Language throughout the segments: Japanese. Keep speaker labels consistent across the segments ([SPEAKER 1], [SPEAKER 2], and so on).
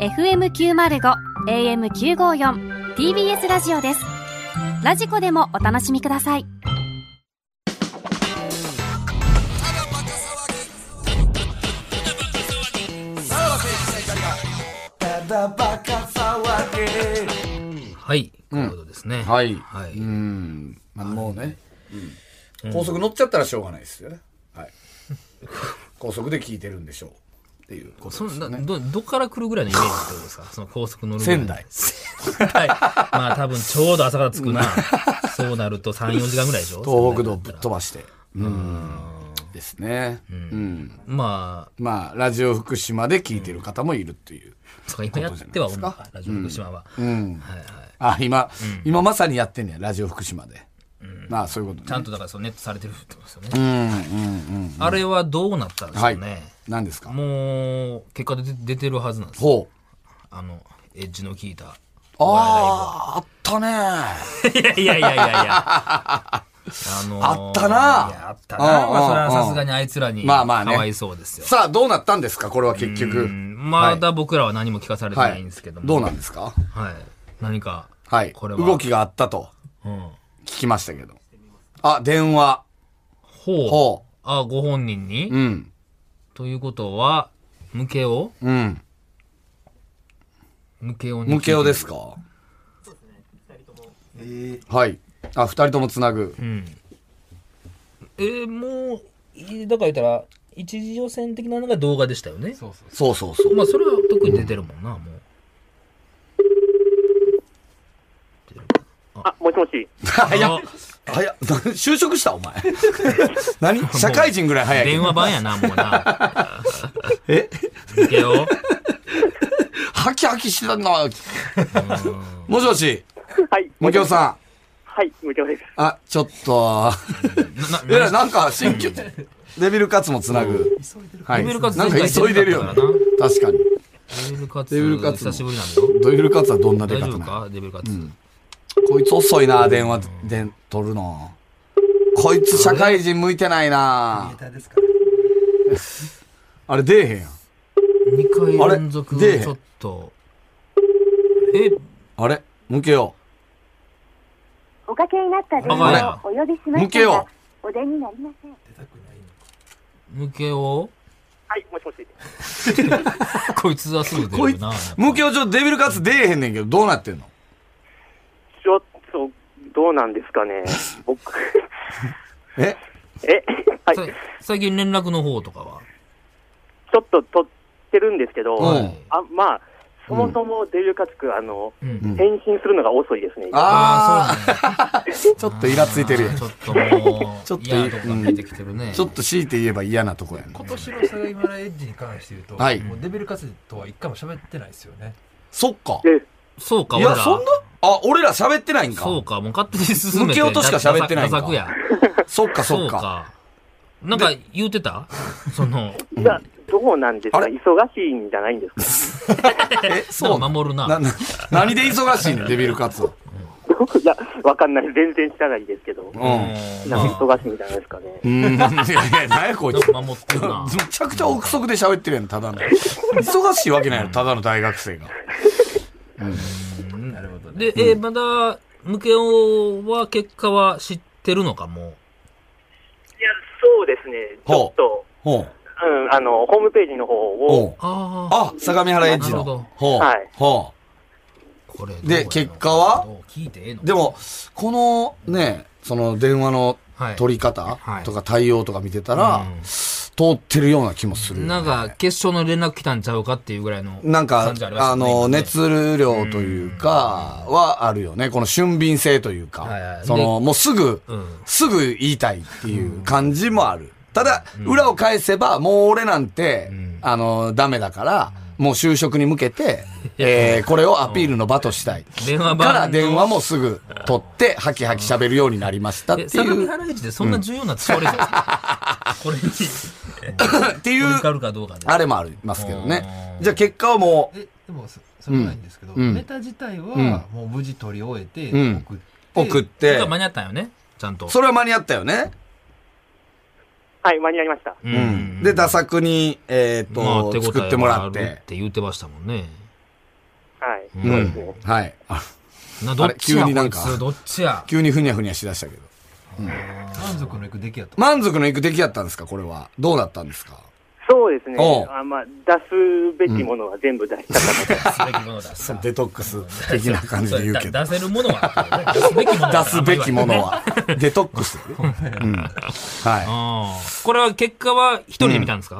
[SPEAKER 1] FM905 AM954 TBS ラジオですラジコでもお楽しみください
[SPEAKER 2] はい、こういうことですね。
[SPEAKER 3] はい
[SPEAKER 2] はい。
[SPEAKER 3] うん、まあ、もうね、うん高速乗っちゃったらしょうがないですよね。はい。 高速で聞いてるんでしょう。っていうこと
[SPEAKER 2] そ
[SPEAKER 3] で
[SPEAKER 2] ん
[SPEAKER 3] す
[SPEAKER 2] な
[SPEAKER 3] よね。
[SPEAKER 2] どどっから来るぐらいのイメージってことですかその高速乗るぐらい
[SPEAKER 3] 仙台。
[SPEAKER 2] はい。まあ多分ちょうど朝から着くな。そうなると3、4時間ぐらいでしょ
[SPEAKER 3] 東北道ぶっ
[SPEAKER 2] そんなになった
[SPEAKER 3] 飛ばして。うん。ですね。うん。
[SPEAKER 2] らまあ、
[SPEAKER 3] まあ、ラジオ福島で聞いてる方もいるっていう。
[SPEAKER 2] そうか今やってはおるのか、ラジオ福島は。
[SPEAKER 3] うん。
[SPEAKER 2] はいはい。
[SPEAKER 3] あ、今、今まさにやってんねや、ラジオ福島で。まあ、そういうことね。
[SPEAKER 2] ちゃんとだからそのネットされてるってことですよね。
[SPEAKER 3] うん、うん、
[SPEAKER 2] あれはどうなったんでしょ
[SPEAKER 3] は
[SPEAKER 2] う
[SPEAKER 3] い
[SPEAKER 2] ね。
[SPEAKER 3] うん。んですか
[SPEAKER 2] もう、結果で出出てるはずなんですよ
[SPEAKER 3] ほう。
[SPEAKER 2] あの、エッジの効いた。
[SPEAKER 3] ああ、あったね。
[SPEAKER 2] いやいやいやいやいや。あのー
[SPEAKER 3] あったない
[SPEAKER 2] やあったな。
[SPEAKER 3] うん
[SPEAKER 2] まあ、それ
[SPEAKER 3] うん
[SPEAKER 2] は
[SPEAKER 3] うん
[SPEAKER 2] さすがにあいつらに、
[SPEAKER 3] まあまあね
[SPEAKER 2] かわいそうですよ。
[SPEAKER 3] さあ、どうなったんですかこれは結
[SPEAKER 2] う
[SPEAKER 3] 局。
[SPEAKER 2] んまだ僕らは何も聞かされて
[SPEAKER 3] は。
[SPEAKER 2] ないいんですけども。
[SPEAKER 3] どうなんですか
[SPEAKER 2] はい。何か、
[SPEAKER 3] はい。
[SPEAKER 2] これは。
[SPEAKER 3] 動きがあったと
[SPEAKER 2] うん。
[SPEAKER 3] 聞きましたけど。あ、電話。
[SPEAKER 2] ほう。
[SPEAKER 3] ほ
[SPEAKER 2] あ、ご本人に、
[SPEAKER 3] う。うん。
[SPEAKER 2] ということは、ムケオ
[SPEAKER 3] うん。
[SPEAKER 2] ムケオに。
[SPEAKER 3] ムケオです。かはい。あ、二人ともつなぐ。
[SPEAKER 2] えーもうい、だから言ったら、一次予選的なのが動画でしたよね。そうそ
[SPEAKER 3] そうそうそう。
[SPEAKER 2] まあ、それは特に出てるもんな、もう。出てるか
[SPEAKER 4] あ、もしもし。
[SPEAKER 3] 早っ
[SPEAKER 2] あ。
[SPEAKER 3] 早っ。 な就職したお前。 何社会人ぐらい早いけ
[SPEAKER 2] 電
[SPEAKER 3] ど。
[SPEAKER 2] 話番やな、もうな。
[SPEAKER 3] え
[SPEAKER 2] 抜けよ。
[SPEAKER 3] ハキハキしてたな。もしもし、
[SPEAKER 4] はい。
[SPEAKER 3] ムケオ
[SPEAKER 4] ん。
[SPEAKER 3] さん。
[SPEAKER 4] はい、無料です。
[SPEAKER 3] あ、ちょっと。 いや、なんか、新 旧、デビルカツもつなぐ。はい。
[SPEAKER 2] デビルカツ
[SPEAKER 3] なんか急いでるよね
[SPEAKER 2] 前回出て。
[SPEAKER 3] 確かに。
[SPEAKER 2] デビルカツ、
[SPEAKER 3] デビルカツ
[SPEAKER 2] 久しぶりなんだよ。
[SPEAKER 3] デビルカツはどんな出
[SPEAKER 2] 大
[SPEAKER 3] 方
[SPEAKER 2] 丈夫
[SPEAKER 3] なの
[SPEAKER 2] かデビルカツ。
[SPEAKER 3] こいつ遅いな、電話で取るの。こいつ社会人向いてないな。あれ出えへんやん。
[SPEAKER 2] 二回
[SPEAKER 3] あれ
[SPEAKER 2] 連続、
[SPEAKER 3] で
[SPEAKER 2] ちょっと。え、
[SPEAKER 3] あれ向けよ
[SPEAKER 5] おかけになった電
[SPEAKER 2] あ
[SPEAKER 5] 話をお呼びしま
[SPEAKER 3] 向
[SPEAKER 5] し
[SPEAKER 3] け
[SPEAKER 5] た
[SPEAKER 3] よ
[SPEAKER 5] が、お出になりません。
[SPEAKER 2] 抜けよ。
[SPEAKER 4] はい、もしもし。
[SPEAKER 2] こいつはすぐ出
[SPEAKER 3] こい
[SPEAKER 2] る
[SPEAKER 3] つ
[SPEAKER 2] な。、
[SPEAKER 3] 向けよちょっとデビルカツ出えへんねんけど、どうなってんの
[SPEAKER 4] ちょっと、どうなんですかね。僕、
[SPEAKER 3] え
[SPEAKER 4] え、はい。
[SPEAKER 2] さ
[SPEAKER 4] ち
[SPEAKER 2] 最近連絡の方とかは。
[SPEAKER 4] ょっと撮ってるんですけど、
[SPEAKER 3] うん
[SPEAKER 4] あまあ、そもそもデビュー活動、あの、
[SPEAKER 2] うん。
[SPEAKER 4] 返信するのが遅いですね。
[SPEAKER 3] あ
[SPEAKER 2] ああ、そう
[SPEAKER 3] ー、
[SPEAKER 2] ね。
[SPEAKER 3] ちょっとイラついてるやん。
[SPEAKER 2] ちょっともう、
[SPEAKER 3] ちょっとい
[SPEAKER 2] 嫌なとこが見えてきてるね。
[SPEAKER 3] ちょっと強いて言えば嫌なとこやね
[SPEAKER 6] 今年の相模原エッジに関して言うと、
[SPEAKER 3] はい
[SPEAKER 6] もうデビル活動とは一回も喋ってないですよね。
[SPEAKER 3] そっか。
[SPEAKER 4] で、
[SPEAKER 2] そうか、
[SPEAKER 3] い
[SPEAKER 2] 俺
[SPEAKER 3] や、
[SPEAKER 2] ら。
[SPEAKER 3] そんなあ、俺ら喋ってないんか。
[SPEAKER 2] そうか、もう勝手に進めて。
[SPEAKER 3] 抜け落としか喋ってないんか
[SPEAKER 2] ダサダサくや。
[SPEAKER 3] そっか、
[SPEAKER 2] そ
[SPEAKER 3] そうっか。
[SPEAKER 2] か。なんか言うてたその、
[SPEAKER 4] じゃあどうなんですか
[SPEAKER 3] あれ
[SPEAKER 4] 忙しいんじゃないんです
[SPEAKER 3] え、そう
[SPEAKER 2] なんか守るな
[SPEAKER 3] な、な何で忙しいのデビルカツオ。
[SPEAKER 4] か いや、わかんない。全然知らないですけど。
[SPEAKER 3] うん。
[SPEAKER 4] なん
[SPEAKER 2] ま
[SPEAKER 4] か
[SPEAKER 2] あ、
[SPEAKER 4] 忙しいんじゃないですかね
[SPEAKER 3] う。ん。いやいや、何やこい
[SPEAKER 2] なん
[SPEAKER 3] つ。
[SPEAKER 2] か
[SPEAKER 3] む
[SPEAKER 2] 守ってる な。
[SPEAKER 3] ちゃくちゃ憶測で喋ってるやん、ただの。忙しいわけないやろ、ただの大学生が。
[SPEAKER 2] で、えー、まだ、ムケオは結果は知ってるのか、も
[SPEAKER 4] いや、そうですね。ちょっと、
[SPEAKER 3] ほう。
[SPEAKER 4] うん、あの、ホームページの方
[SPEAKER 3] ほ
[SPEAKER 4] を、
[SPEAKER 3] う
[SPEAKER 2] う。。ああ、
[SPEAKER 3] あ、相模原エッジ
[SPEAKER 2] なるほど
[SPEAKER 3] の。ほう
[SPEAKER 4] はい。
[SPEAKER 3] ほ
[SPEAKER 2] これ。
[SPEAKER 3] で
[SPEAKER 2] どうやの
[SPEAKER 3] 結果は
[SPEAKER 2] どう聞いてええの
[SPEAKER 3] う。で、も、このね、その電話の
[SPEAKER 2] はい。
[SPEAKER 3] 取り方
[SPEAKER 2] はい
[SPEAKER 3] とか対応とか見てた
[SPEAKER 2] う
[SPEAKER 3] ら、
[SPEAKER 2] ん
[SPEAKER 3] 通ってるような気もするよね。
[SPEAKER 2] なんか、決勝の連絡来たんちゃうかっていうぐらいの。
[SPEAKER 3] なんか
[SPEAKER 2] 感じ、ります
[SPEAKER 3] あ
[SPEAKER 2] よね
[SPEAKER 3] の、。
[SPEAKER 2] 今ね
[SPEAKER 3] 熱量というか、はあるよね。この俊敏性というか
[SPEAKER 2] はいは、い
[SPEAKER 3] その、もうすぐ
[SPEAKER 2] うん、
[SPEAKER 3] すぐ言いたいっていう感じもある。ただ、裏を返せば、もう俺なんて
[SPEAKER 2] ん、
[SPEAKER 3] あの、ダメだから、もう就職に向け て、えーこれをアピールの場としたい。
[SPEAKER 2] 電話番の
[SPEAKER 3] から電話もすぐ取って、ハキハキ喋るようになりましたって
[SPEAKER 2] え、相
[SPEAKER 3] い
[SPEAKER 2] 模
[SPEAKER 3] う、
[SPEAKER 2] 原エッジでそんな重要な使われじゃないですかこれに、
[SPEAKER 3] ってい
[SPEAKER 2] 乗
[SPEAKER 3] う
[SPEAKER 2] っ、かるかどうかで。
[SPEAKER 3] あれもありますけどね。
[SPEAKER 2] うん
[SPEAKER 3] じゃあ結果はもう、
[SPEAKER 6] えでもそそれはないんですけど、
[SPEAKER 3] うん
[SPEAKER 6] ネタ自体はもう無事取り終えて
[SPEAKER 3] うん
[SPEAKER 6] 送っ
[SPEAKER 3] 送
[SPEAKER 6] て、
[SPEAKER 3] っ
[SPEAKER 2] それ
[SPEAKER 3] て
[SPEAKER 2] は、間に合ったんよね、ちゃんと。
[SPEAKER 3] それは間に合ったよね。
[SPEAKER 4] はい、間に合いました。
[SPEAKER 2] う
[SPEAKER 3] うんで、打作に、えっ、
[SPEAKER 2] まあ
[SPEAKER 3] と、作ってもらっ
[SPEAKER 2] 手応えはある
[SPEAKER 3] て
[SPEAKER 2] っ。て言ってましたもんね。
[SPEAKER 3] う
[SPEAKER 4] そうで
[SPEAKER 3] ん
[SPEAKER 4] すね。
[SPEAKER 3] はい。あ
[SPEAKER 2] などっち
[SPEAKER 3] あれ急
[SPEAKER 2] や
[SPEAKER 3] になんか
[SPEAKER 2] こいつどっちや
[SPEAKER 3] 急にふにゃふにゃしだしたけど。
[SPEAKER 6] 満足のいく出来やった。
[SPEAKER 3] 満足のいく出来やったんですかこれは。どうだったんですか
[SPEAKER 4] そうですね
[SPEAKER 3] おう。
[SPEAKER 4] あまあ、出すべきものは全部出したか
[SPEAKER 2] すべ
[SPEAKER 4] なと。
[SPEAKER 2] きものだ
[SPEAKER 3] そうデトックス的な感じで言うけ
[SPEAKER 2] だ
[SPEAKER 3] ど。
[SPEAKER 2] 出せるものは出すべきもの
[SPEAKER 3] 出
[SPEAKER 2] は
[SPEAKER 3] すべきものは。デトックス。うん。は
[SPEAKER 2] あーこれは結果は一人で見たんですか、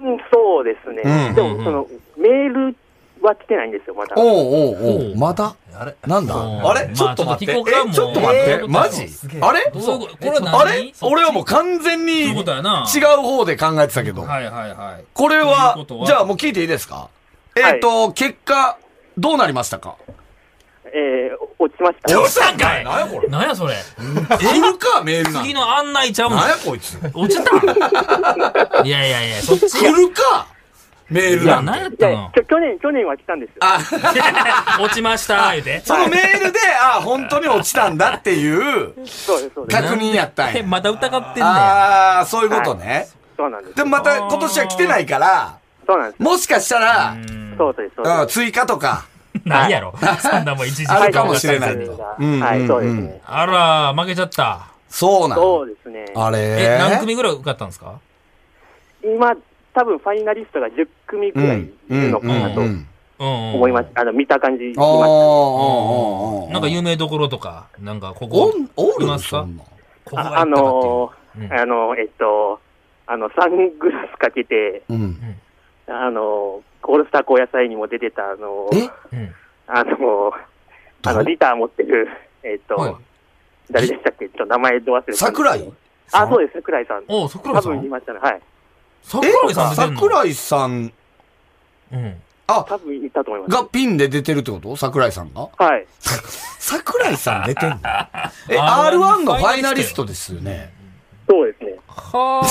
[SPEAKER 4] うんそうですね。
[SPEAKER 3] うん
[SPEAKER 4] でも、その、メールは来てないんですよ、まだ
[SPEAKER 3] い。。おうおうお
[SPEAKER 2] おう
[SPEAKER 3] う。また
[SPEAKER 6] あれ
[SPEAKER 3] なんだ
[SPEAKER 2] おう
[SPEAKER 3] あれちょっと待って。
[SPEAKER 2] まあちょっと聞こうか
[SPEAKER 3] えちょっと待って。
[SPEAKER 2] もう
[SPEAKER 3] マジ
[SPEAKER 6] すげえ
[SPEAKER 3] あれ
[SPEAKER 2] どういうことこれは何
[SPEAKER 3] あれ俺はもう完全に
[SPEAKER 2] そう
[SPEAKER 3] 違
[SPEAKER 2] いう
[SPEAKER 3] う
[SPEAKER 2] ことやな
[SPEAKER 3] 方で考えてたけど。
[SPEAKER 2] はいはいはい。
[SPEAKER 3] これ
[SPEAKER 2] という
[SPEAKER 3] は
[SPEAKER 2] ことは、
[SPEAKER 3] じゃあもう聞いていいですか
[SPEAKER 4] は
[SPEAKER 3] え
[SPEAKER 4] い
[SPEAKER 3] っと、結果、どうなりましたか
[SPEAKER 4] えー、落ちました。
[SPEAKER 3] 落ちたんかい何やこれ。
[SPEAKER 2] なんやそれ
[SPEAKER 3] 来るか、メールなんて。
[SPEAKER 2] 次の案内ちゃうもん
[SPEAKER 3] 何やこいつ。
[SPEAKER 2] 落ちたいやいやいや、そっち
[SPEAKER 3] 来
[SPEAKER 2] や。
[SPEAKER 3] るか、メール
[SPEAKER 2] いや、
[SPEAKER 3] なん
[SPEAKER 2] 何や
[SPEAKER 3] て。
[SPEAKER 2] った
[SPEAKER 4] で
[SPEAKER 2] の
[SPEAKER 4] きょ去年、去年は来たんですよ。
[SPEAKER 2] 落ちました、言うて。
[SPEAKER 3] そのメールで、あ、本当に落ちたんだっていう
[SPEAKER 4] そうです、そうです。
[SPEAKER 3] 確認やったん
[SPEAKER 2] え、
[SPEAKER 3] や。
[SPEAKER 2] また疑ってんねや。
[SPEAKER 3] ああ、そういうことね。
[SPEAKER 4] そうなんです。
[SPEAKER 3] でもまた今年は来てないから、
[SPEAKER 4] そうなんです。
[SPEAKER 3] もしかしたら、
[SPEAKER 4] そうです、そう
[SPEAKER 3] うん
[SPEAKER 4] です。
[SPEAKER 3] 追加とか、
[SPEAKER 2] ないや ろ。そんなもん一時
[SPEAKER 3] あ
[SPEAKER 2] 間
[SPEAKER 3] るかもしれないと。うん
[SPEAKER 4] は
[SPEAKER 3] う
[SPEAKER 4] い、
[SPEAKER 3] ん
[SPEAKER 4] そうで
[SPEAKER 3] う
[SPEAKER 4] す
[SPEAKER 3] ん
[SPEAKER 4] ね。
[SPEAKER 2] あら、負けちゃった。
[SPEAKER 3] そうな
[SPEAKER 4] そ
[SPEAKER 3] の。
[SPEAKER 4] うですね。
[SPEAKER 3] あ
[SPEAKER 2] え
[SPEAKER 3] れ、
[SPEAKER 2] 何組ぐらい受かったんですか
[SPEAKER 4] 今、多分ファイナリストが10組ぐらいいるのか
[SPEAKER 3] うん
[SPEAKER 4] なと
[SPEAKER 3] うんうん
[SPEAKER 2] うんうん。
[SPEAKER 4] 思います。あの、見た感じ、い
[SPEAKER 3] あーあーあ
[SPEAKER 4] ま
[SPEAKER 3] ーあー
[SPEAKER 2] なんか有名どころとか、なんかこ
[SPEAKER 3] お
[SPEAKER 2] こ、
[SPEAKER 3] ん、おる
[SPEAKER 2] いま
[SPEAKER 3] の
[SPEAKER 2] すか
[SPEAKER 3] そんなん
[SPEAKER 2] ここ
[SPEAKER 4] ああ
[SPEAKER 2] が行ったかっていう
[SPEAKER 4] の
[SPEAKER 2] うん
[SPEAKER 4] ー、あの、えっと、あの、サングラスかけて、
[SPEAKER 3] うん。
[SPEAKER 4] あの、オールスター高野菜にも出てた、あの、
[SPEAKER 3] え
[SPEAKER 2] うん。
[SPEAKER 4] あの、あの、
[SPEAKER 3] 誰
[SPEAKER 4] ギター持ってる、えっと、
[SPEAKER 2] はい
[SPEAKER 4] 誰でしたっけちょっと名前ど忘れたんですけど。
[SPEAKER 3] 桜井
[SPEAKER 4] あ、そうです、桜井さん。
[SPEAKER 2] おう、桜
[SPEAKER 4] 多
[SPEAKER 2] 井さ
[SPEAKER 4] 分言い
[SPEAKER 2] ん
[SPEAKER 4] ましたね。はい。
[SPEAKER 2] 桜井さん
[SPEAKER 3] え
[SPEAKER 2] 出てんの
[SPEAKER 3] 桜井さん
[SPEAKER 2] うん。
[SPEAKER 4] 多分言ったと思います。
[SPEAKER 3] がピンで出てるってこと桜井さんが
[SPEAKER 4] はい。
[SPEAKER 3] 桜井さん出てん のえ、
[SPEAKER 2] R1
[SPEAKER 3] R1 のファイナリストですよね。
[SPEAKER 4] そうですね。
[SPEAKER 2] は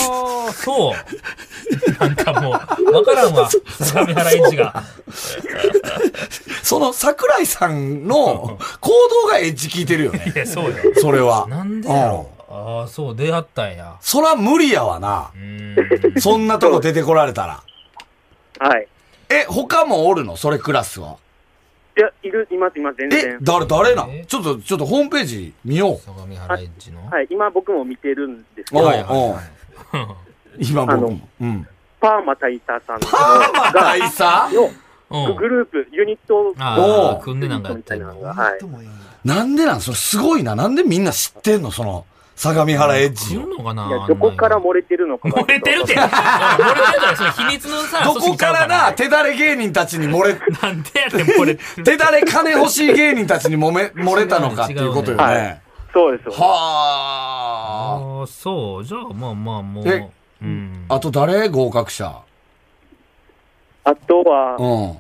[SPEAKER 2] あ、 そう。なんかもう、わからんわ。相模原エッジが。
[SPEAKER 3] その桜井さんの行動がエッジ聞いてるよね
[SPEAKER 2] い。や、そうよ。
[SPEAKER 3] それは。
[SPEAKER 2] なんでや
[SPEAKER 3] うん
[SPEAKER 2] ろ。ああ、そう、出会ったんや。
[SPEAKER 3] そら無理やわな
[SPEAKER 2] う。ん。
[SPEAKER 3] そんなとこ出てこられたら。
[SPEAKER 4] はい。
[SPEAKER 3] え、他もおるのそれクラスは。
[SPEAKER 4] いや、いる、います、います、全
[SPEAKER 3] え
[SPEAKER 4] 然、。
[SPEAKER 3] 誰、誰な
[SPEAKER 2] え
[SPEAKER 3] んちょっと、ちょっとホームページ見よう。
[SPEAKER 2] 相模原エッジの。
[SPEAKER 4] はい。今僕も見てるんですけ
[SPEAKER 3] おう
[SPEAKER 4] ど、
[SPEAKER 2] はいはい
[SPEAKER 3] おう 今
[SPEAKER 4] あ
[SPEAKER 3] 僕
[SPEAKER 4] の
[SPEAKER 3] も。うん。
[SPEAKER 4] パーマタイタさんの
[SPEAKER 3] 大佐
[SPEAKER 2] うん
[SPEAKER 4] ググループ、ユニット、
[SPEAKER 2] あ
[SPEAKER 3] お
[SPEAKER 2] あ、組んでなんかやっ
[SPEAKER 4] み
[SPEAKER 2] て
[SPEAKER 4] たい
[SPEAKER 2] ん
[SPEAKER 4] なの
[SPEAKER 2] の。
[SPEAKER 4] が、はい。
[SPEAKER 6] とも言うんだ
[SPEAKER 3] なんでなんそれすごいな。なんでみんな知ってんのその、相模原エッジ
[SPEAKER 2] 組
[SPEAKER 3] を。
[SPEAKER 2] むのかない
[SPEAKER 4] や、どこから
[SPEAKER 2] あんな
[SPEAKER 4] 漏れてるのか
[SPEAKER 2] に
[SPEAKER 4] が
[SPEAKER 2] 漏れてるって。おい漏れてるから、それ秘密のさ、
[SPEAKER 3] どこからな、手だれ芸人たちに 漏れ、
[SPEAKER 2] な。なんでやねん、漏れてる。
[SPEAKER 3] 手だれ金欲しい芸人たちに 揉め、漏れたのかっていうことよ
[SPEAKER 4] 違う
[SPEAKER 3] ね。
[SPEAKER 4] そうです。
[SPEAKER 3] はあ。
[SPEAKER 2] ああ、そう。じゃあ、まあまあ、も
[SPEAKER 3] え
[SPEAKER 2] う。うん。
[SPEAKER 3] あと誰合格者。
[SPEAKER 4] あとは
[SPEAKER 3] う、ん。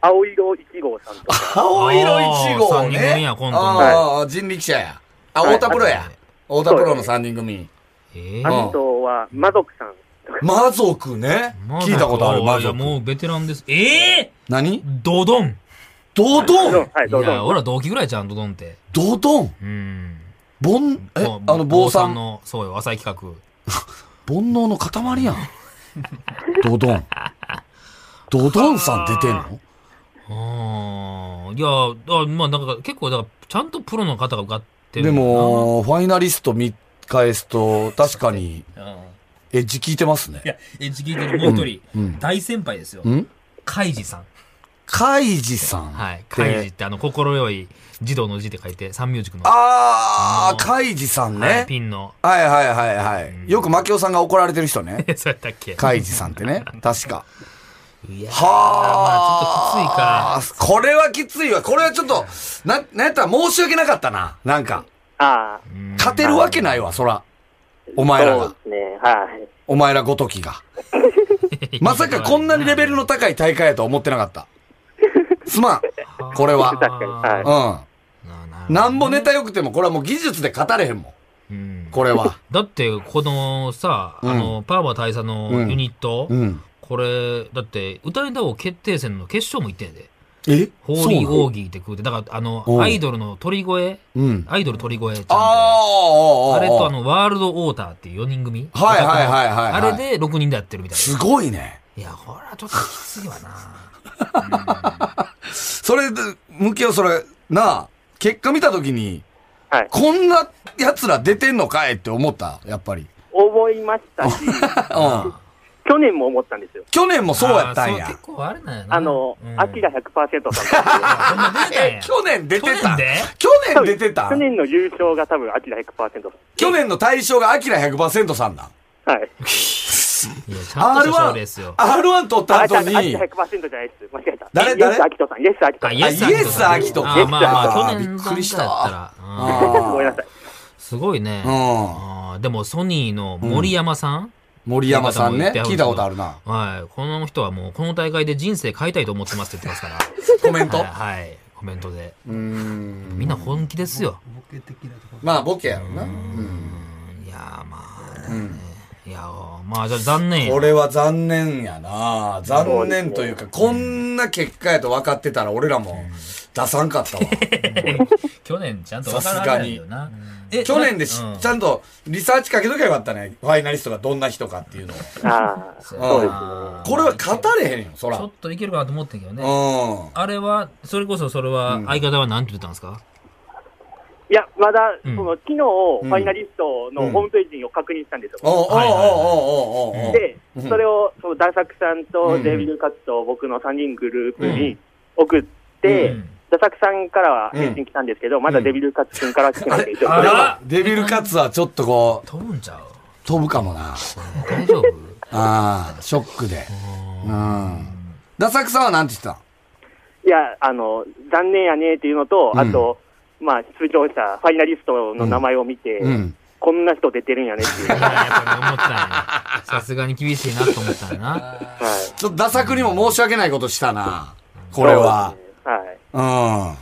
[SPEAKER 4] 青色1号さんとか。
[SPEAKER 3] 青色1号ね。
[SPEAKER 2] あー三人組や今度ね
[SPEAKER 3] ああ、人力車や。あ、
[SPEAKER 4] はい
[SPEAKER 3] 太田プロや。太田プロの3人組。
[SPEAKER 2] ええ
[SPEAKER 3] あ
[SPEAKER 4] あとは、魔族さんとか。
[SPEAKER 3] 魔族ね。聞いたことある、魔
[SPEAKER 2] いや、も
[SPEAKER 3] 族。
[SPEAKER 2] うベテランです。ええ
[SPEAKER 3] 何
[SPEAKER 2] ドドン
[SPEAKER 3] ドドン
[SPEAKER 4] はい、
[SPEAKER 2] い
[SPEAKER 4] どう
[SPEAKER 2] や、
[SPEAKER 4] ぞ。
[SPEAKER 2] 俺ら同期ぐらいじゃん、ドドンって。
[SPEAKER 3] ドドン
[SPEAKER 2] うん。
[SPEAKER 3] ボン、え、
[SPEAKER 2] ぼ
[SPEAKER 3] あの、坊さん。煩
[SPEAKER 2] の、そうよ、浅い企
[SPEAKER 3] 悩の塊やん。ドドン。ドドンさん出てんの
[SPEAKER 2] 画。ああ、いや、あまあなんか結構、だから、ちゃんとプロの方が受かってる。
[SPEAKER 3] で、も、ファイナリスト見返すと、確かに、
[SPEAKER 2] うん。
[SPEAKER 3] エッジ効いてますね
[SPEAKER 2] い。や、エッジ聞いてるもう一
[SPEAKER 3] うんう
[SPEAKER 2] 人、
[SPEAKER 3] ん
[SPEAKER 2] 大先輩ですよ
[SPEAKER 3] う。ん
[SPEAKER 2] カイジさん。
[SPEAKER 3] カイジさん。
[SPEAKER 2] はい。カイジって、あの、心よい児童の字って書いて、サンミュージックの。
[SPEAKER 3] あ
[SPEAKER 2] あの
[SPEAKER 3] ー、カイジさん
[SPEAKER 2] はい
[SPEAKER 3] ね。
[SPEAKER 2] ピンの。
[SPEAKER 3] はいはいはいはい。
[SPEAKER 2] ん
[SPEAKER 3] よくマキオさんが怒られてる人ね。
[SPEAKER 2] えそうやったっけ
[SPEAKER 3] カイジさんってね。 確か。
[SPEAKER 2] いやー
[SPEAKER 3] は
[SPEAKER 2] まあ
[SPEAKER 3] あ、ちょっときついか。これはきついわ。これはちょっと、な、なんやったら申し訳なかったな。なんか、
[SPEAKER 4] ああ、
[SPEAKER 3] 勝てるわけないわ、そら。お前ら
[SPEAKER 4] そう
[SPEAKER 3] が
[SPEAKER 4] で。すね。はい。
[SPEAKER 3] お前らごときが。
[SPEAKER 2] き ついか。
[SPEAKER 3] まさかこんなにレベルの高い大会やとは思ってなかった。すまん。これは。
[SPEAKER 4] 確かに。はい。
[SPEAKER 3] う。
[SPEAKER 2] なん
[SPEAKER 3] なんぼネタ良くても、これはもう技術で語れへんもん。
[SPEAKER 2] うん
[SPEAKER 3] これは。
[SPEAKER 2] だって、このさ、あの、パーマ大佐のユニット、
[SPEAKER 3] うん。
[SPEAKER 2] これ、だって、歌いだ王決定戦の決勝も行ってんやで。
[SPEAKER 3] え
[SPEAKER 2] ホーリー
[SPEAKER 3] そう
[SPEAKER 2] オーギーって食うて、だから、あの
[SPEAKER 3] お、う
[SPEAKER 2] アイドルの鳥越、
[SPEAKER 3] なのうん。
[SPEAKER 2] アイドル鳥越ちゃんと
[SPEAKER 3] ああ、
[SPEAKER 2] あれとあの、ワールドオーターっていう4人組。
[SPEAKER 3] はいはいはいはいはい
[SPEAKER 2] あれで6人でやってるみたい
[SPEAKER 3] すごいね。
[SPEAKER 2] な。いや、これはちょっときついわな。
[SPEAKER 3] それで、向きをそれ、なあ、結果見たときに、
[SPEAKER 4] はい。
[SPEAKER 3] こんな奴ら出てんのかいって思った、やっぱり。
[SPEAKER 4] 思いましたし、
[SPEAKER 3] うん。
[SPEAKER 4] 去年も思ったんですよ。
[SPEAKER 3] 去年もそうやったん
[SPEAKER 2] あー
[SPEAKER 3] や
[SPEAKER 2] そう。結構あれなんやな。
[SPEAKER 4] あの
[SPEAKER 2] う、ん
[SPEAKER 4] アキラ100%さんとか。
[SPEAKER 2] ほんま出てたん や
[SPEAKER 3] 去年出てた。
[SPEAKER 2] 去年で
[SPEAKER 3] 去年 出てた
[SPEAKER 4] 去。年の優勝が多分アキラ100%さん。
[SPEAKER 3] 去年の対象がアキラ100%さんだ。
[SPEAKER 4] はい。
[SPEAKER 2] いや、ちゃんとした賞レース
[SPEAKER 3] R1、
[SPEAKER 2] よ。
[SPEAKER 3] R1 取った
[SPEAKER 4] あ、じゃ
[SPEAKER 3] 後
[SPEAKER 4] あ、アキ
[SPEAKER 3] に
[SPEAKER 4] ラ、100%じゃないです。間違えた。
[SPEAKER 3] 誰
[SPEAKER 4] イエ
[SPEAKER 3] 誰
[SPEAKER 4] ス・アキトさん、イエス・アキト
[SPEAKER 2] あ、
[SPEAKER 4] さん。
[SPEAKER 2] イエス・
[SPEAKER 3] あイエス
[SPEAKER 2] ア
[SPEAKER 3] ア
[SPEAKER 2] キ
[SPEAKER 3] キ
[SPEAKER 2] ト
[SPEAKER 3] ト
[SPEAKER 2] か。
[SPEAKER 3] か
[SPEAKER 2] あまあまあ、
[SPEAKER 3] あー
[SPEAKER 2] 去年
[SPEAKER 3] びっくりした
[SPEAKER 2] 段階やったらうん
[SPEAKER 3] あー
[SPEAKER 4] ごめんなさい。
[SPEAKER 2] すごいね。
[SPEAKER 3] うん。
[SPEAKER 2] あーでも、ソニーの森山さん
[SPEAKER 3] 森山さんね、
[SPEAKER 2] って
[SPEAKER 3] 聞いたことあるな。。
[SPEAKER 2] はい。この人はもう、この大会で人生変えたいと思ってますって言っ てますか
[SPEAKER 3] コメント
[SPEAKER 2] ら。。はいはい。コメントで。
[SPEAKER 3] うーん。
[SPEAKER 2] みんな本気ですよ。
[SPEAKER 6] ボケ的なところ。
[SPEAKER 3] まあ、ボケやろな。うん。
[SPEAKER 2] いやー、まあね。いやー、まあ、じゃあ残念や
[SPEAKER 3] これは残念やな残念というか、こんな結果やと分かってたら俺らも出さんかったわ。
[SPEAKER 2] 去年ちゃんと分からないよな。 え
[SPEAKER 3] 去年でし
[SPEAKER 2] うん
[SPEAKER 3] ちゃんとリサーチかけときゃよかったね。ファイナリストがどんな人かっていうのを。
[SPEAKER 4] ああ、
[SPEAKER 2] そう
[SPEAKER 3] うん
[SPEAKER 2] やな
[SPEAKER 3] これは語れへんよ、そら。
[SPEAKER 2] ちょ
[SPEAKER 3] う
[SPEAKER 2] っといけるかなと思ったけどね。
[SPEAKER 3] ん。
[SPEAKER 2] あれは、それこそそれは、相方は何て言ったんですか、
[SPEAKER 4] いや、まだ、
[SPEAKER 2] うん
[SPEAKER 4] その、昨日、ファイナリストのホームページを確認したんですよ。
[SPEAKER 3] おうおうおう
[SPEAKER 2] はいはい
[SPEAKER 3] おうおうおうおう
[SPEAKER 4] で
[SPEAKER 3] うん、
[SPEAKER 4] それを、その、ダサクさん
[SPEAKER 3] う
[SPEAKER 4] と
[SPEAKER 3] ん
[SPEAKER 4] デビル・カツと僕の3人グループに送って、
[SPEAKER 2] うん
[SPEAKER 4] ダサクさんからは返信来たんですけど、まだデビル・カツ君からは来てないんで、一応
[SPEAKER 2] あ
[SPEAKER 4] これ
[SPEAKER 2] ら
[SPEAKER 4] は
[SPEAKER 3] デビルカツはちょっとこう、
[SPEAKER 2] 飛ぶんちゃう
[SPEAKER 3] 飛ぶかもな。
[SPEAKER 2] 大丈夫
[SPEAKER 3] ああ、ショックで。うん。ダサクさんはなんて言って
[SPEAKER 4] いや、あの、残念やねっていうのと、
[SPEAKER 3] うん
[SPEAKER 4] あと、まあ、出場者、ファイナリストの名前を見て、
[SPEAKER 3] たうん。
[SPEAKER 4] こんな人出てるんやねって いう。
[SPEAKER 2] いややっぱり思ったんや。さすがに厳しいなと思ったんやな。
[SPEAKER 4] はい。
[SPEAKER 3] ちょっとダサクにも申し訳ないことしたな。これは。
[SPEAKER 4] はい。
[SPEAKER 3] うん。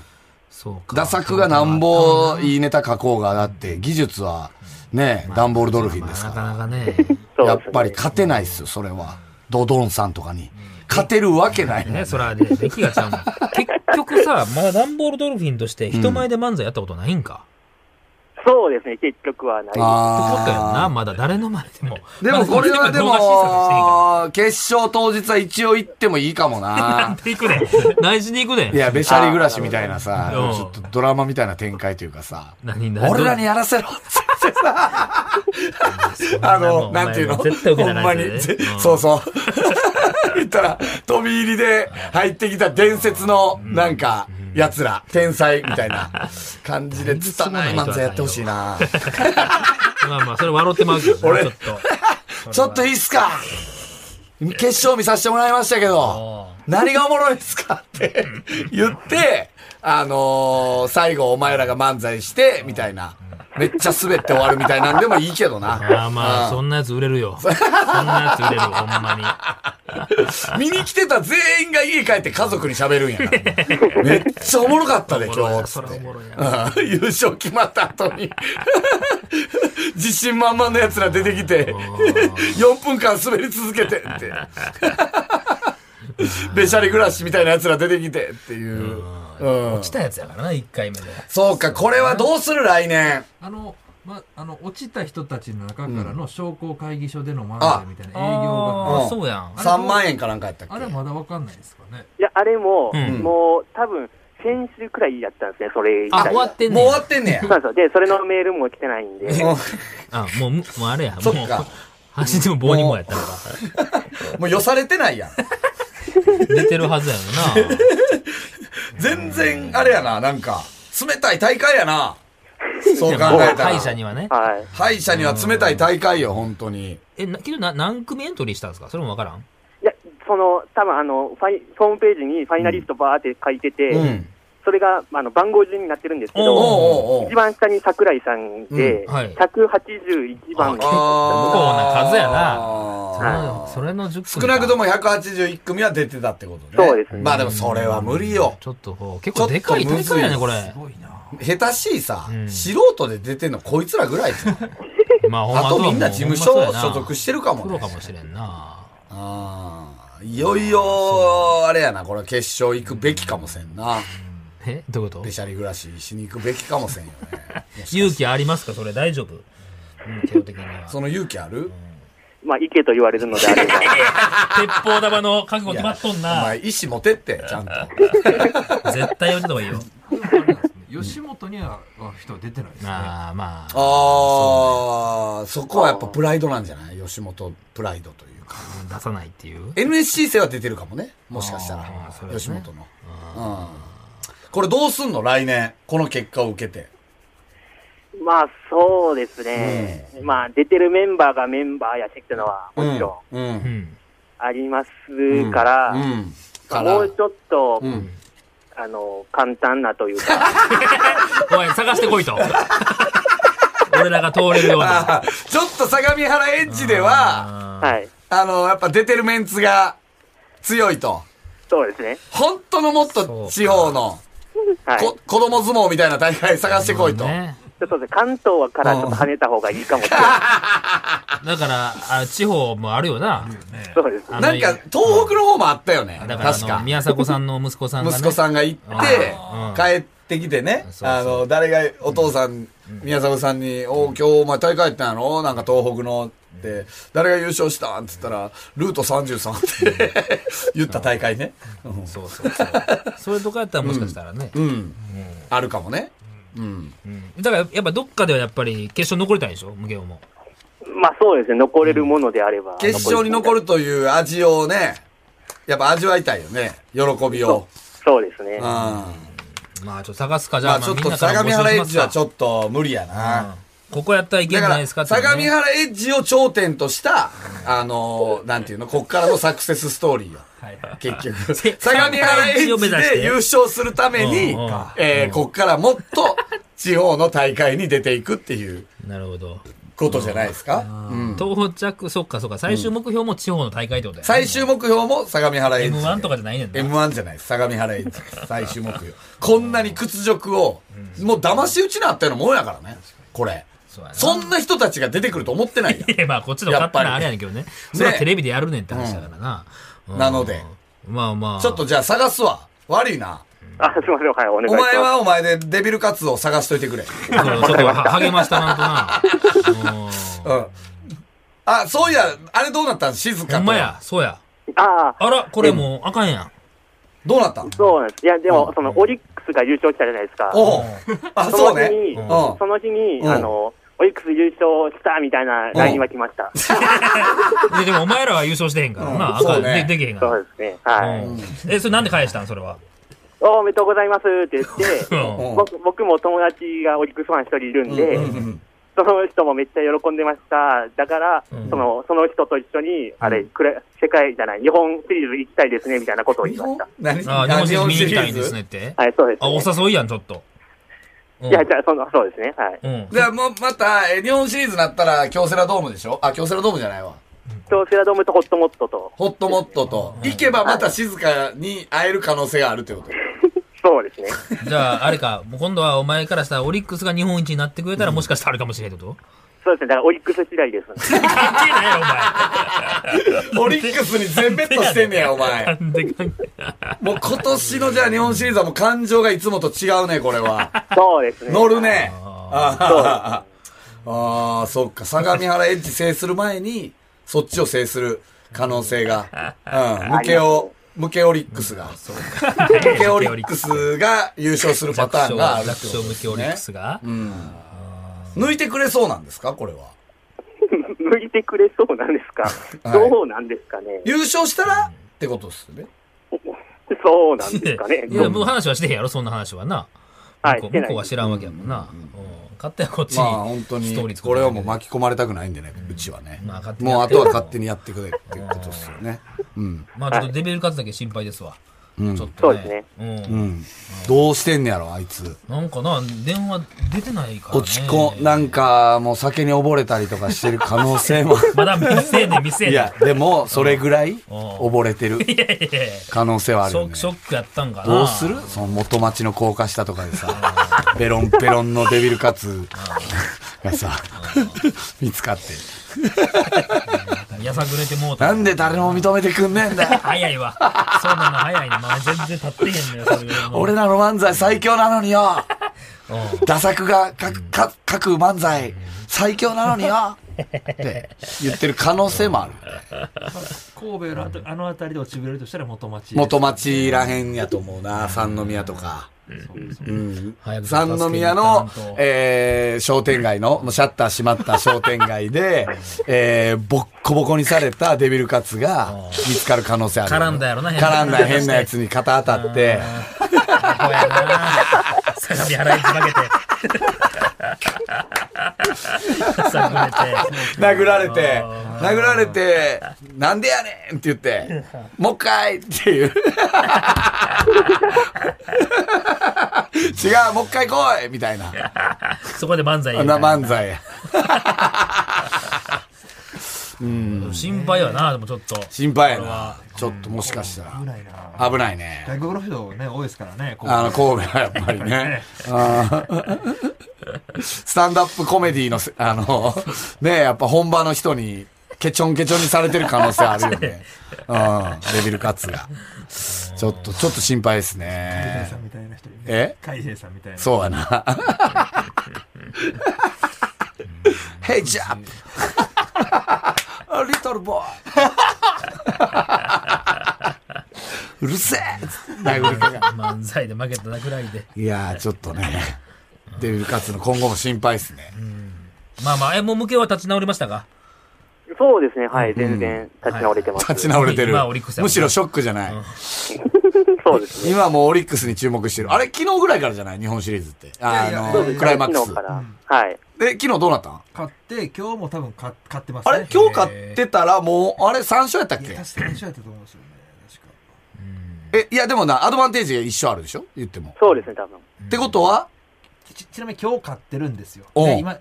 [SPEAKER 2] そうか。
[SPEAKER 3] ダサクがなんぼいいネタ書こうが、だって技術はね、ダンボールドルフィンです
[SPEAKER 2] な
[SPEAKER 3] から
[SPEAKER 2] か。なかね。
[SPEAKER 4] そう
[SPEAKER 3] や
[SPEAKER 4] です
[SPEAKER 3] っ
[SPEAKER 4] ね
[SPEAKER 3] ぱり勝てないっすよ、それは。ドドンさんとかに。勝てるわけないもん。
[SPEAKER 2] ね、そらで、出来がちゃ うもん。結局さ、まだダンボールドルフィンとして人前で漫才やったことないんか。
[SPEAKER 4] そうですね、結局はない。
[SPEAKER 2] ってことやんな、
[SPEAKER 3] あ
[SPEAKER 2] まだ誰の前でも。
[SPEAKER 3] ー。でもこれはで
[SPEAKER 2] まだ動
[SPEAKER 3] も、決勝当日は一応行ってもいいかもな。
[SPEAKER 2] 画審査していいか ら行くで。内地に行く
[SPEAKER 3] い
[SPEAKER 2] で。
[SPEAKER 3] や、べしゃり暮らしみたいなさ、
[SPEAKER 2] うん
[SPEAKER 3] ちょっとドラマみたいな展開というかさ、
[SPEAKER 2] 何何
[SPEAKER 3] 俺らにやらせろって言ってさ、あの、なんていうの
[SPEAKER 2] お前もう絶対受
[SPEAKER 3] ほ
[SPEAKER 2] けた
[SPEAKER 3] ん
[SPEAKER 2] ら
[SPEAKER 3] ま
[SPEAKER 2] ない
[SPEAKER 3] に
[SPEAKER 2] やつ、
[SPEAKER 3] ぜ
[SPEAKER 2] ねうん
[SPEAKER 3] そう そう。言ったら、飛び入りで入ってきた伝説の、なんか、奴ら、天才みたいな感じで、つたない漫才やってほしいな。
[SPEAKER 2] まあまあ、それ笑ってまうけどな、
[SPEAKER 3] 俺
[SPEAKER 2] ちょっと。
[SPEAKER 3] ちょっといいっすか決勝見させてもらいましたけど、何がおもろいっすかって 言って、あのー最後お前らが漫才して、みたいな。めっちゃ滑って終わるみたいなんでもいいけどな。
[SPEAKER 2] ああまあ、そんなやつ売れるよ。そんなやつ売れる、ほんまに。
[SPEAKER 3] 見に来てた全員が家帰って家族に喋るんやから。めっちゃ おもろかったで、今日。つ
[SPEAKER 2] そ
[SPEAKER 3] っ
[SPEAKER 2] ら
[SPEAKER 3] て
[SPEAKER 2] おもろいな
[SPEAKER 3] うん 優勝決まった後に。 自信満々の奴ら出てきて、4分間滑り続けてって。べしゃり暮らしみたいな奴ら出てきてっていう。うん
[SPEAKER 2] 落ちたやつやからな、1回目で。
[SPEAKER 3] そうか、これはどうする来年。
[SPEAKER 6] あの、ま、あの、落ちた人たちの中からの商工会議所での漫
[SPEAKER 3] あ
[SPEAKER 6] 才みたいな営業
[SPEAKER 2] あ
[SPEAKER 6] が。
[SPEAKER 2] あ、そうやん。
[SPEAKER 3] 3万円かなんかやったっけ
[SPEAKER 6] あれはまだわかんないですかね。
[SPEAKER 4] いや、あれも、
[SPEAKER 2] うん
[SPEAKER 4] もう、多分先週くらいやったんですね、それ以
[SPEAKER 2] あ、
[SPEAKER 4] 外
[SPEAKER 2] 終わってん
[SPEAKER 3] も
[SPEAKER 2] ね
[SPEAKER 3] うん終わってんねや
[SPEAKER 4] そう。なんですよ。で、それのメールも来てないんで。
[SPEAKER 3] も
[SPEAKER 2] あ、もう、もうあれや。も
[SPEAKER 3] そうっか、
[SPEAKER 2] 走っても棒にもやったのか。
[SPEAKER 3] うもう寄されてないやん。
[SPEAKER 2] 出てるはずやろな。
[SPEAKER 3] 全然、あれやな、なんか、冷たい大会やな。そう考えたら。
[SPEAKER 2] 会社にはね。
[SPEAKER 4] はい。
[SPEAKER 3] 敗者には冷たい大会よ、本当に。
[SPEAKER 2] え、なけどな、何組エントリーしたんですかそれもわからん。
[SPEAKER 4] いや、その、多分あの、ファイ、ホームページにファイナリストバーって書いてて、
[SPEAKER 3] うん。
[SPEAKER 4] それが、あの、番号順になってるんですけ
[SPEAKER 2] おう
[SPEAKER 4] ど、
[SPEAKER 3] おうおうおう
[SPEAKER 4] 一番下に桜井さんで、
[SPEAKER 2] うんはい
[SPEAKER 4] 181
[SPEAKER 2] あ
[SPEAKER 4] 番の、
[SPEAKER 2] 向こうな数やなそれ
[SPEAKER 3] あ
[SPEAKER 2] のそれの10
[SPEAKER 3] ー
[SPEAKER 2] 組
[SPEAKER 3] 少なくと
[SPEAKER 2] も。
[SPEAKER 3] も181組は出てたってことね。
[SPEAKER 4] そうですね
[SPEAKER 3] まあでもそれは無理よ。
[SPEAKER 2] ちょっとこう、結構でかい大会やね、これ
[SPEAKER 6] す。ごいな。
[SPEAKER 3] 下手しいさ、
[SPEAKER 2] うん
[SPEAKER 3] 素人で出てんのこいつらぐらいじゃん
[SPEAKER 2] ま あ、ほんま
[SPEAKER 3] あとみんな事務所所属
[SPEAKER 2] し
[SPEAKER 3] してるかも
[SPEAKER 2] プロ
[SPEAKER 3] ね
[SPEAKER 2] か。もしれんな。
[SPEAKER 3] あーいよいよ、あれやな、これ決勝行くべきかもせんな。
[SPEAKER 2] えどういうこと
[SPEAKER 3] べしゃり暮らししに行くべきかもせんよね。
[SPEAKER 2] 勇気ありますかそれ大丈夫うん、基本的には。
[SPEAKER 3] その勇気ある
[SPEAKER 4] まあ、行けと言われる のであれば、
[SPEAKER 2] 鉄砲玉の覚悟決まっとん
[SPEAKER 3] お
[SPEAKER 2] な。
[SPEAKER 3] 前、意思持てって、ちゃ んと。
[SPEAKER 2] 絶対やめた方がいいよ。
[SPEAKER 6] 吉本にはは人は出てないです ね。
[SPEAKER 2] ああ、まあ。
[SPEAKER 3] ああ、そこはやっぱプライドなんじゃない吉本プライドというか。
[SPEAKER 2] 出さないっていう。
[SPEAKER 3] NSC 生は出てるかもね。もしかした
[SPEAKER 2] あー
[SPEAKER 3] ら
[SPEAKER 2] そう。です
[SPEAKER 3] 吉
[SPEAKER 2] ね
[SPEAKER 3] 本の。うん。これどうすんの来年。この結果を受けて。
[SPEAKER 4] まあ、そうですね、まあ、出てるメンバーがメンバーやってきたのは、もちろん
[SPEAKER 3] うん。う。
[SPEAKER 2] うんん。
[SPEAKER 4] ありますから、
[SPEAKER 3] うん。
[SPEAKER 4] ま
[SPEAKER 3] か
[SPEAKER 4] あ
[SPEAKER 3] ら
[SPEAKER 4] もうちょっと、
[SPEAKER 3] うん。
[SPEAKER 4] あの、簡単なというか、
[SPEAKER 2] おい、探してこ いと。俺らが通れるような。
[SPEAKER 3] あーちょっと相模原エッジで は、
[SPEAKER 2] い。
[SPEAKER 4] はい。
[SPEAKER 3] あの、やっぱ出てるメンツが強いと。
[SPEAKER 4] そうですね。
[SPEAKER 3] 本当のもっと地方の
[SPEAKER 4] はい。ちょ
[SPEAKER 3] こ子供相撲みたいな大会探してこいと。
[SPEAKER 2] ね
[SPEAKER 4] っとね関東からちょっと跳ねた方がいいかもしれない。
[SPEAKER 2] だから、あ地方もあるよな。
[SPEAKER 4] そうです。
[SPEAKER 2] あの
[SPEAKER 3] なんか、東北の方もあったよね。
[SPEAKER 2] だから
[SPEAKER 3] 確
[SPEAKER 2] あの、
[SPEAKER 3] か。
[SPEAKER 2] 宮迫さんの息子さんがね。
[SPEAKER 3] 息子さんが行って
[SPEAKER 2] うん、
[SPEAKER 3] 帰ってきてね
[SPEAKER 2] そう、そう
[SPEAKER 3] あの、誰が、お父さん、宮迫さんに、お今日お前大会やったんやろなんか東北の。って誰が優勝したんって言ったら、ルート33って 言った大会ね。うん
[SPEAKER 2] そうそうそう。それとかやったらもしかしたらね。
[SPEAKER 3] うん。あるかもね。うん。
[SPEAKER 2] うんだから、やっぱどっかではやっぱり決勝残りたいでしょ無限も。
[SPEAKER 4] まあそうですね、残れるものであれば。
[SPEAKER 3] 決勝に残
[SPEAKER 4] る。
[SPEAKER 3] るという味をね、やっぱ味わいたいよね。喜びを。
[SPEAKER 4] そうですね
[SPEAKER 3] うん。。ま
[SPEAKER 2] まあ、ちょっと探すか、じゃあ、
[SPEAKER 3] あちょっ
[SPEAKER 2] みん
[SPEAKER 3] と
[SPEAKER 2] なから
[SPEAKER 3] 相模原エッジは
[SPEAKER 2] 募
[SPEAKER 3] ち
[SPEAKER 2] 集しま
[SPEAKER 3] ょっと無理や
[SPEAKER 2] すか
[SPEAKER 3] な。
[SPEAKER 2] うんここやったらいけん
[SPEAKER 3] だ
[SPEAKER 2] じ
[SPEAKER 3] か
[SPEAKER 2] ゃないで
[SPEAKER 3] ら、
[SPEAKER 2] すかっていうね
[SPEAKER 3] 相模原エッジを頂点とした、あのー、なんていうの、こっからのサクセスストーリーよ。結 局。相模原エッジで優勝するために
[SPEAKER 2] うんうん、
[SPEAKER 3] えーこっからもっと地方の大会に出ていくっていう
[SPEAKER 2] なるほど。
[SPEAKER 3] ことじゃないですか。うん
[SPEAKER 2] 到着、そっかそっか。最終目標も地方の大会ってことだよね。
[SPEAKER 3] 最終目標も相模原エッジ。
[SPEAKER 2] M1 とかじゃないねんな。
[SPEAKER 3] M1 じゃないです。相模原エッジ。最終目標。こんなに屈辱を、もう騙し討ちなったようなもんやからね。これ。
[SPEAKER 2] そうやな
[SPEAKER 3] そんな人たちが出てくると思ってないやん
[SPEAKER 2] いやまあ、こっちの勝手な
[SPEAKER 3] やっぱり
[SPEAKER 2] あれやねんけどね。それはテレビでやるねんって話だからな。うん
[SPEAKER 3] なので。
[SPEAKER 2] まあまあ。
[SPEAKER 3] ちょっと、じゃあ探すわ。悪いな。
[SPEAKER 4] あ、すみません、はい、お願いし
[SPEAKER 3] お
[SPEAKER 4] ます。
[SPEAKER 3] 前はお前でデビルカツを探しといてくれ。
[SPEAKER 2] ちょっと励ましたな とな。う
[SPEAKER 3] うん。あ、そういや、あれどうなったん静
[SPEAKER 2] んほ
[SPEAKER 3] か
[SPEAKER 2] ん
[SPEAKER 3] と
[SPEAKER 2] ま。や、そうや。
[SPEAKER 4] ああ、
[SPEAKER 2] あら、これもうあかんやん。
[SPEAKER 3] どうなったん
[SPEAKER 4] そうなんです。いや、で
[SPEAKER 3] う
[SPEAKER 4] も
[SPEAKER 3] ん、
[SPEAKER 4] その、オリックスが優勝したじゃないですか。
[SPEAKER 3] おうあ、
[SPEAKER 4] そ
[SPEAKER 3] そう
[SPEAKER 4] の日
[SPEAKER 3] ね。
[SPEAKER 4] に、
[SPEAKER 3] うん。
[SPEAKER 4] その日に、
[SPEAKER 3] うん
[SPEAKER 4] あの、オリックス優勝したみたいな LINE は来ました。
[SPEAKER 2] ででもお前らは優勝してへんから
[SPEAKER 3] うん
[SPEAKER 2] な。あか。
[SPEAKER 3] そうんね
[SPEAKER 2] でできへんか
[SPEAKER 4] そ
[SPEAKER 2] ら。
[SPEAKER 4] うですね。はい。
[SPEAKER 2] うんえ、それなんで返したんそれは。
[SPEAKER 4] おめでとうございますって言って、
[SPEAKER 2] うん
[SPEAKER 3] うん
[SPEAKER 4] 僕僕も友達がオリックスファン一人いるんで、
[SPEAKER 3] うん
[SPEAKER 4] その人もめっちゃ喜んでました。だから、
[SPEAKER 2] うん
[SPEAKER 4] その、その人と一緒に、あれ、くれ世界じゃない、日本シリーズ行きたいですね、みたいなことを言い
[SPEAKER 3] 日
[SPEAKER 4] まし
[SPEAKER 3] 本
[SPEAKER 4] た。
[SPEAKER 3] 何
[SPEAKER 2] あ、日本シリーズ見に行きたいんですねっ。
[SPEAKER 3] あ
[SPEAKER 2] て。
[SPEAKER 4] はい、そうです、
[SPEAKER 2] あ、
[SPEAKER 4] ね。
[SPEAKER 2] お誘いやん、ちょっと。うん
[SPEAKER 4] いや、じゃあ、その、そうですね。はい。
[SPEAKER 2] うん。
[SPEAKER 3] じゃあもうまた、え日本シリーズになったら、京セラドームでしょあ、京セラドームじゃないわ。
[SPEAKER 4] 京セラドームとホットモットと。
[SPEAKER 3] ホットモットと、行けばまた静かに会える可能性があるって こと。
[SPEAKER 4] そうですね。
[SPEAKER 2] じゃあ、あれか、もう今度はお前からしたらオリックスが日本一になってくれたらもしかしたらあるかもしれんってこと
[SPEAKER 4] そうですね。だから、オリックス次第です。
[SPEAKER 2] 関係ないよ、お前。
[SPEAKER 3] オリックスに全ベットしてんねや、お前。
[SPEAKER 2] なんで関係ない。
[SPEAKER 3] もう今年のじゃあ日本シリーズはもう感情がいつもと違うね、これは。
[SPEAKER 4] そうですね。
[SPEAKER 3] 乗るね。
[SPEAKER 4] そう
[SPEAKER 3] あーあー、そっか。相模原エッジ制する前に、そっちを制する可能性 が。うん。向けを、向けオリックスが。向けオリックスが優勝するパターンがあるってこと
[SPEAKER 2] 弱小
[SPEAKER 3] で
[SPEAKER 2] 向
[SPEAKER 3] す
[SPEAKER 2] けオリック
[SPEAKER 3] ね。
[SPEAKER 2] スが。
[SPEAKER 3] 抜いてくれそうなんですかこれは。
[SPEAKER 4] 向いてくれそうなんですか。
[SPEAKER 3] はい
[SPEAKER 4] どうなんですかね。
[SPEAKER 3] 優勝したらってことですよね。
[SPEAKER 4] そうなんですかね。
[SPEAKER 2] いや、もう話はしてへんやろ、そんな話はな。
[SPEAKER 4] は
[SPEAKER 2] 向
[SPEAKER 4] い
[SPEAKER 2] こ
[SPEAKER 4] し
[SPEAKER 2] う
[SPEAKER 4] て
[SPEAKER 2] 向
[SPEAKER 4] ない
[SPEAKER 2] こうは知らんわけやもんな。うん勝手にこっちに。
[SPEAKER 3] まあ本当に
[SPEAKER 2] ストーリー、作
[SPEAKER 3] こ
[SPEAKER 2] る
[SPEAKER 3] れはもう巻き込まれたくないんでね、うちはね。
[SPEAKER 2] まあ勝手に
[SPEAKER 3] もう
[SPEAKER 2] や
[SPEAKER 3] あ
[SPEAKER 2] って
[SPEAKER 3] と
[SPEAKER 2] よ
[SPEAKER 3] は勝手にやってくれっていうことですよね。うん。
[SPEAKER 2] まあちょっとデビル数だけ心配ですわ。
[SPEAKER 3] うん
[SPEAKER 2] ちょっとね。
[SPEAKER 4] そうです
[SPEAKER 2] ね。
[SPEAKER 3] う
[SPEAKER 2] うん。
[SPEAKER 3] ん。どうしてんねやろ、あいつ。
[SPEAKER 2] なんかな、電話出てないからね。
[SPEAKER 3] 落ち込ん、なんかもう酒に溺れたりとかしてる可能性 も。
[SPEAKER 2] まだ未成年、未成年。
[SPEAKER 3] い
[SPEAKER 2] いや
[SPEAKER 3] や、でも、それぐらい溺れてる
[SPEAKER 2] いやいやいや
[SPEAKER 3] 可能性はあ
[SPEAKER 2] シ
[SPEAKER 3] るよ
[SPEAKER 2] ョ
[SPEAKER 3] ね。
[SPEAKER 2] ショックやったんかな。
[SPEAKER 3] どうするその元町の高架下とかでさ、ペロンペロンのデビルカツがさ、見つかって。
[SPEAKER 2] やさぐれてもうた。
[SPEAKER 3] なんで誰も認めてくんねえんだよ。
[SPEAKER 2] 早いわ。そうなの早いね。まあ全然立ってへんのよ、それはもう
[SPEAKER 3] 俺らの漫才最強なのによ。ダサ作が書く、か書く漫才最強なのによ。って言ってる可能性もある。
[SPEAKER 6] 神戸のあたあの辺りで落ちぶれるとしたら元町です
[SPEAKER 3] 元町らへんやと思うな、三宮とか。
[SPEAKER 6] そうです
[SPEAKER 3] うん
[SPEAKER 2] 早く
[SPEAKER 3] 三宮の
[SPEAKER 6] 助けに行かんと、
[SPEAKER 3] えー商店街の、もうシャッター閉まった商店街で、えー、ボッコボコにされたデビルカツが見つかる可能性ある。
[SPEAKER 2] 絡んだやろな変な
[SPEAKER 3] 絡んだ変なやつに肩当たって、
[SPEAKER 2] こやな相模原駅負けて。さくれて。
[SPEAKER 3] 殴られて、殴られて、なんでやねんって言って、もう一回っていう。違う、もう一回来いみたいな。
[SPEAKER 2] そこで漫才
[SPEAKER 3] あ
[SPEAKER 2] や
[SPEAKER 3] ん
[SPEAKER 2] る
[SPEAKER 3] な漫才や。
[SPEAKER 2] 心配やな、でもちょっと。
[SPEAKER 3] 心配やな。ちょっともしかしたら。
[SPEAKER 6] 危ないな
[SPEAKER 3] 危ないね。
[SPEAKER 6] 外国の人ね多いですからねこう
[SPEAKER 3] あの、神戸はやっぱり ね。あースタンダップコメディのせ、あの、ねやっぱ本場の人に、ケチョンケチョンにされてる可能性あるよ ね。うん、デビルカツが。ちょっと、ちょっと心配です
[SPEAKER 6] 海兵
[SPEAKER 3] ね
[SPEAKER 6] さ。んみたいな人いるね
[SPEAKER 3] え
[SPEAKER 6] 海兵さんみたいな
[SPEAKER 3] そうや な。ヘイジ ャップリトルボーイ うるせえ殴りかか
[SPEAKER 2] 漫才で負けたなぐらいで。
[SPEAKER 3] いやー、ちょっとね、デビルカツの今後も心配ですね。
[SPEAKER 2] まあまあ、え、もう向けは立ち直りましたか
[SPEAKER 4] そうですね、はい、全然立ち直れてます。
[SPEAKER 3] 立ち直れてる
[SPEAKER 2] 今はオリックス。やもんね
[SPEAKER 3] むしろショックじゃない。
[SPEAKER 4] そうですね。
[SPEAKER 3] 今はもうオリックスに注目してる。あれ、昨日ぐらいからじゃない日本シリーズって。あ
[SPEAKER 6] いや
[SPEAKER 3] の
[SPEAKER 4] そうですね
[SPEAKER 3] クライマック
[SPEAKER 4] 昨
[SPEAKER 3] ス
[SPEAKER 4] 日。から。はい。
[SPEAKER 3] で、昨日どうなったん
[SPEAKER 6] 買って今日も多分買買ってますね
[SPEAKER 3] あれ今日買ってたらもう、あれ3勝やったっ
[SPEAKER 6] いや
[SPEAKER 3] け
[SPEAKER 6] 確かに一緒やったと思うんですよね確か
[SPEAKER 3] え、いやでもな、アドバンテージが一緒あるでしょ言っても。
[SPEAKER 4] そうですね、多分。
[SPEAKER 3] ってことは、
[SPEAKER 6] ちちなみに今日買ってるんですよ。
[SPEAKER 3] おう
[SPEAKER 6] で今、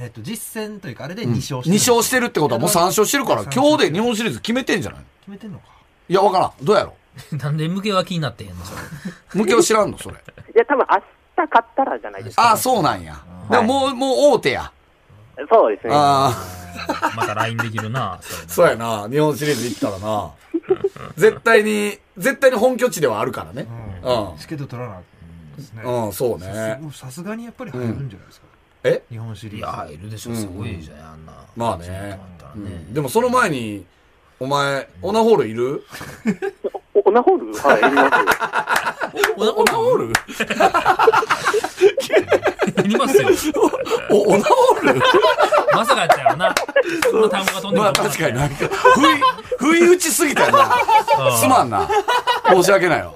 [SPEAKER 6] えっと、実戦というか、あれで2勝して
[SPEAKER 3] 2勝してるってことはもう3勝してるから、
[SPEAKER 6] 三勝
[SPEAKER 3] 今日で日本シリーズ決めてんじゃない
[SPEAKER 6] 決めてんのか。
[SPEAKER 3] いや、わからん。どうやろ
[SPEAKER 2] なんで向けは気になってへんのそれ
[SPEAKER 3] う向けを知らんの それ。
[SPEAKER 4] いや、多分明日買ったらじゃないですか。
[SPEAKER 3] ああ、そうなんや。でももう、もう大手や。
[SPEAKER 4] そうですね。
[SPEAKER 3] ああ。
[SPEAKER 2] また LINE できるな、それも
[SPEAKER 3] そうやな。日本シリーズ行ったらな。絶対に、絶対に本拠地ではあるからね。うん
[SPEAKER 6] チケット取らな、ですね。
[SPEAKER 3] うん、そう
[SPEAKER 6] さす
[SPEAKER 3] ね。
[SPEAKER 6] もうさすがにやっぱり入るんじゃないですか。
[SPEAKER 3] え
[SPEAKER 6] 日本シリ
[SPEAKER 2] いや、
[SPEAKER 6] ー
[SPEAKER 2] 入るでしょ、すごいじゃん、あんな。
[SPEAKER 3] まあね
[SPEAKER 2] だったら
[SPEAKER 3] う
[SPEAKER 2] ね
[SPEAKER 3] んでもその前に、お前、オナホールいる
[SPEAKER 4] おオナホールはい、います。
[SPEAKER 3] オナホール
[SPEAKER 2] いりますよ。
[SPEAKER 3] お、オナホール
[SPEAKER 2] まさかやったよな。そんな単語が飛んでくる
[SPEAKER 3] まあ確かになんか、不意、不意打ちすぎたよな。すまんな。申し訳ないよ。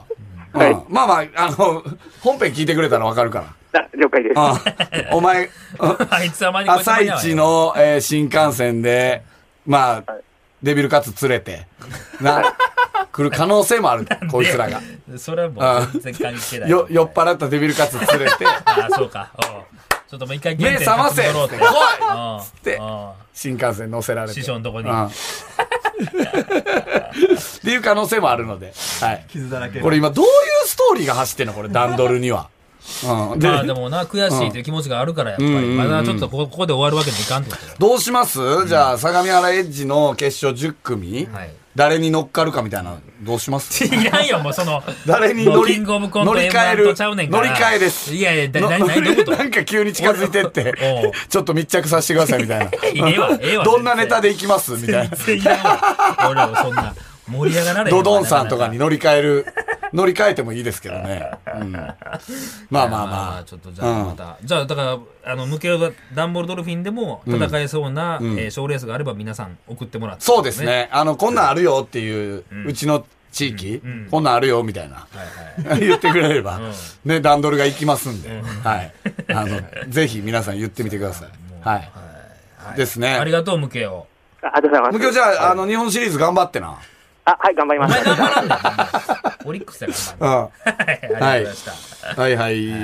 [SPEAKER 3] うん
[SPEAKER 4] はい
[SPEAKER 3] まあまあ、あの、本編聞いてくれたらわかるから。
[SPEAKER 4] あ了解です。
[SPEAKER 3] うんお前、うん
[SPEAKER 2] あいつはまにこいつは
[SPEAKER 3] 朝
[SPEAKER 2] まにやわ
[SPEAKER 3] 一の、えー新幹線で、まあ、デビルカツ連れて、な、来る可能性もある、こいつらが。
[SPEAKER 2] それはもう全然関係ない。
[SPEAKER 3] よ、酔っ払ったデビルカツ連れて、
[SPEAKER 2] ああ、そうか。おうちょっともう一回原
[SPEAKER 3] 目
[SPEAKER 2] 点
[SPEAKER 3] 覚ませ
[SPEAKER 2] 立ち戻ろ
[SPEAKER 3] っ
[SPEAKER 2] う
[SPEAKER 3] て、
[SPEAKER 2] と
[SPEAKER 3] 来い
[SPEAKER 2] うん
[SPEAKER 3] つって
[SPEAKER 2] うん
[SPEAKER 3] 新幹線乗せられて。
[SPEAKER 2] 師匠のとこに
[SPEAKER 3] うんっていう可能性もあるので、はい。
[SPEAKER 6] 傷だらけ。
[SPEAKER 3] これ今どういうストーリーが走ってんの これ、段取るには。うん。で
[SPEAKER 2] まあでもな、悔しいという気持ちがあるから、やっぱり。まだちょっとここここで終わるわけにいかんってことよ。
[SPEAKER 3] どうしますじゃあ、相模原エッジの決勝10組、
[SPEAKER 2] はい
[SPEAKER 3] 誰に乗っかるかみたいな、どうします
[SPEAKER 2] いらんよ、もうその。
[SPEAKER 3] 誰に
[SPEAKER 2] もう
[SPEAKER 3] 乗り
[SPEAKER 2] キングオブコント
[SPEAKER 3] 乗り換える
[SPEAKER 2] M1 とちゃうねんから
[SPEAKER 3] 乗り換えです
[SPEAKER 2] いやいや、だ
[SPEAKER 3] の
[SPEAKER 2] な何、何、どういうこと
[SPEAKER 3] なんか急に近づいてって
[SPEAKER 2] おう、
[SPEAKER 3] ちょっと密着させてくださいみたいな。
[SPEAKER 2] ええわ、ええわ。
[SPEAKER 3] どんなネタでいきますみたいな。
[SPEAKER 2] 全然いらんわ。俺らもそんな、盛り上がられへんわ
[SPEAKER 3] ドドンさんとかに
[SPEAKER 2] な
[SPEAKER 3] 乗り換える、乗り換えてもいいですけどね。うんまあまあ
[SPEAKER 2] かなかまあまあ、
[SPEAKER 3] ま
[SPEAKER 2] ちょっとじゃあまた。じゃあ、だから、あの、向けはダンボールドルフィンでも戦えそうな、えー賞レースがあれば皆さん送ってもらっ
[SPEAKER 3] あ。
[SPEAKER 2] て。
[SPEAKER 3] そうです。ね。あの、こんなんあるよっていう、うちの地域、こんなんあるよみたいな。
[SPEAKER 2] はいはい。
[SPEAKER 3] 言ってくれれば、ね、段取りが行きますんで、はい。あの、ぜひ皆さん言ってみてください。はい。ですね。
[SPEAKER 2] ありがとう、向けを。
[SPEAKER 4] あありがとうござい
[SPEAKER 3] む
[SPEAKER 4] ま
[SPEAKER 3] きょ
[SPEAKER 4] す。
[SPEAKER 3] じゃあ、あの、日本シリーズ頑張ってな。
[SPEAKER 4] あ、はい、頑張りま
[SPEAKER 2] お前
[SPEAKER 4] す。
[SPEAKER 2] 頑張らんだオリックスだ
[SPEAKER 3] うん。
[SPEAKER 2] から。はい、ありがとうございました。
[SPEAKER 3] はいはい。
[SPEAKER 2] はい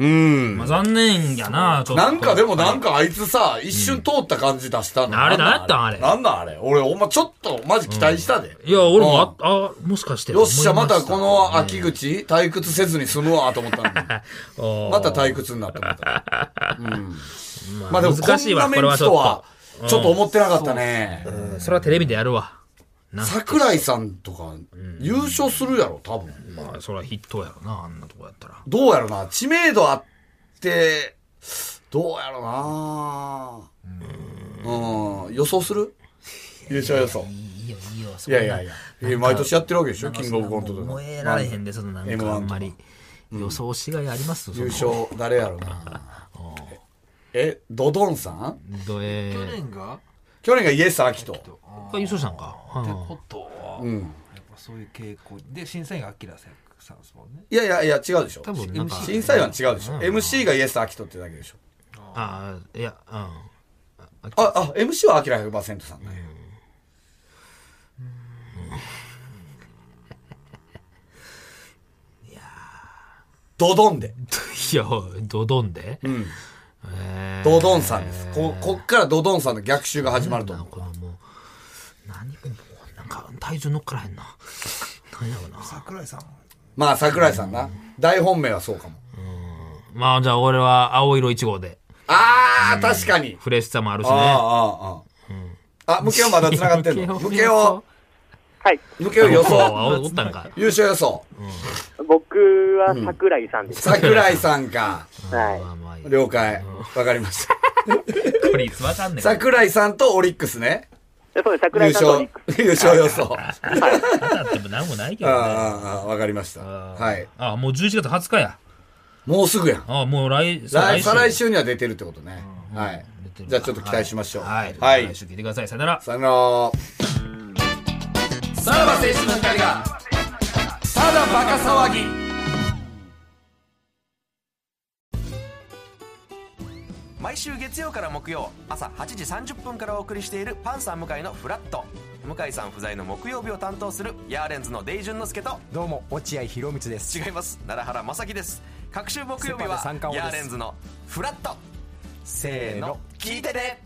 [SPEAKER 3] うん。
[SPEAKER 2] まあ、残念やな、ちょっと。
[SPEAKER 3] なんかでもなんかあいつさ、一瞬通った感じ出したの。
[SPEAKER 2] あれ
[SPEAKER 3] なんなん
[SPEAKER 2] なんやったんあれ
[SPEAKER 3] なんなんあれ俺ほんまちょっとマジ期待したで。
[SPEAKER 2] いや、俺も
[SPEAKER 3] うん
[SPEAKER 2] あ、あ、もしかして。
[SPEAKER 3] よっしゃ、またこの
[SPEAKER 2] 秋
[SPEAKER 3] 秋口、退屈せずに済むわ、と思った のに。また退屈になって思った。うん。まあでも、こ
[SPEAKER 2] 難しい
[SPEAKER 3] ん
[SPEAKER 2] わ
[SPEAKER 3] なメンツとは、ちょっと思ってなかったね。
[SPEAKER 2] それはテレビでやるわ。
[SPEAKER 3] 桜井さんとか、優勝するやろ、多分。
[SPEAKER 2] まあ、それは筆頭やろな、あんなとこやったら。
[SPEAKER 3] どうやろな、知名度あって、どうやろうなうん。予想する優勝予想。
[SPEAKER 2] いいよ、いいよ。そ
[SPEAKER 3] い
[SPEAKER 2] んな
[SPEAKER 3] やいやいや。えー毎年やってるわけでしょキングオブコントとか。
[SPEAKER 2] 燃えられへんで、そのなん
[SPEAKER 3] M1 と
[SPEAKER 2] か
[SPEAKER 3] か
[SPEAKER 2] あんまり。予想しがいあります
[SPEAKER 3] 優。勝、誰やろうな。え、ドドンさん
[SPEAKER 2] どえ
[SPEAKER 6] 去
[SPEAKER 2] ー。
[SPEAKER 6] 年が
[SPEAKER 3] 去年がイエス・アキト。
[SPEAKER 6] あ
[SPEAKER 2] 優勝したんか。
[SPEAKER 6] ーって
[SPEAKER 2] う
[SPEAKER 6] ことは、
[SPEAKER 3] うん
[SPEAKER 6] やっぱそういう傾向で審査員がアキラさんですもんね
[SPEAKER 3] いやいやいや、違うでしょ。
[SPEAKER 2] 多分なんか
[SPEAKER 3] 審査員は違うでしょ。
[SPEAKER 2] うん
[SPEAKER 3] MC がイエス・アキトってだけでしょ。
[SPEAKER 2] んああ、いや、うん。
[SPEAKER 3] あ、あ、MC はアキラ100%さんだよ。ドドンで。
[SPEAKER 2] いや、ドドンで。
[SPEAKER 3] うん。
[SPEAKER 2] えー
[SPEAKER 3] ドドンさんです。こ、こっからドドンさんの逆襲が始まると思う。
[SPEAKER 2] このもう何もうなんか体重乗っからへんな何やろうな
[SPEAKER 6] 桜井さん
[SPEAKER 3] まあ、桜井さんな。大本命はそうかも。
[SPEAKER 2] まあじゃあ俺は青色1号で
[SPEAKER 3] あー、確かに。
[SPEAKER 2] フレッシュさもあるし
[SPEAKER 3] あー
[SPEAKER 2] ね
[SPEAKER 3] あー、あー。あ、ムケオまだ繋がってん のムケオ、
[SPEAKER 4] はい。
[SPEAKER 3] ムケオ予
[SPEAKER 2] あ
[SPEAKER 3] 想。
[SPEAKER 2] おったんか
[SPEAKER 3] 優勝予想。
[SPEAKER 4] 僕は桜井さんです。
[SPEAKER 3] 桜井さんか。
[SPEAKER 4] はい。
[SPEAKER 2] まあまあいい
[SPEAKER 3] 了解。わかりました。
[SPEAKER 2] これいつわかんねん
[SPEAKER 3] 桜井さんとオリックスね。
[SPEAKER 4] そうです。
[SPEAKER 3] 優
[SPEAKER 4] 桜井さんとオリ
[SPEAKER 3] 勝
[SPEAKER 4] ック。
[SPEAKER 3] 優勝予想。
[SPEAKER 2] だっても何もないけ
[SPEAKER 3] あ
[SPEAKER 2] ど
[SPEAKER 3] あ
[SPEAKER 2] ね
[SPEAKER 3] ああ、わかりました。はい。
[SPEAKER 2] あもう11月20日や
[SPEAKER 3] もうすぐやん。
[SPEAKER 2] あもう来
[SPEAKER 3] 来再来
[SPEAKER 2] 週
[SPEAKER 3] 週には出てるってことね。はい
[SPEAKER 2] 出て。る
[SPEAKER 3] じゃあちょっと期待しましょう。
[SPEAKER 2] はい、
[SPEAKER 3] は
[SPEAKER 2] はいい、来週聞いてくださいさよなら
[SPEAKER 3] さよなら。さらば青春の光が、ただバカ騒ぎ。
[SPEAKER 7] 毎週月曜から木曜朝8時30分からお送りしているパンサー向井のフラット向井さん不在の木曜日を担当するヤーレンズのデイジュンの之介と
[SPEAKER 8] どうも落合博満です
[SPEAKER 7] 違います奈良原正樹です各週木曜日は
[SPEAKER 8] セパで三冠王
[SPEAKER 7] ヤ
[SPEAKER 8] で
[SPEAKER 7] ー
[SPEAKER 8] す
[SPEAKER 7] レンズのフラットせーの聞いてね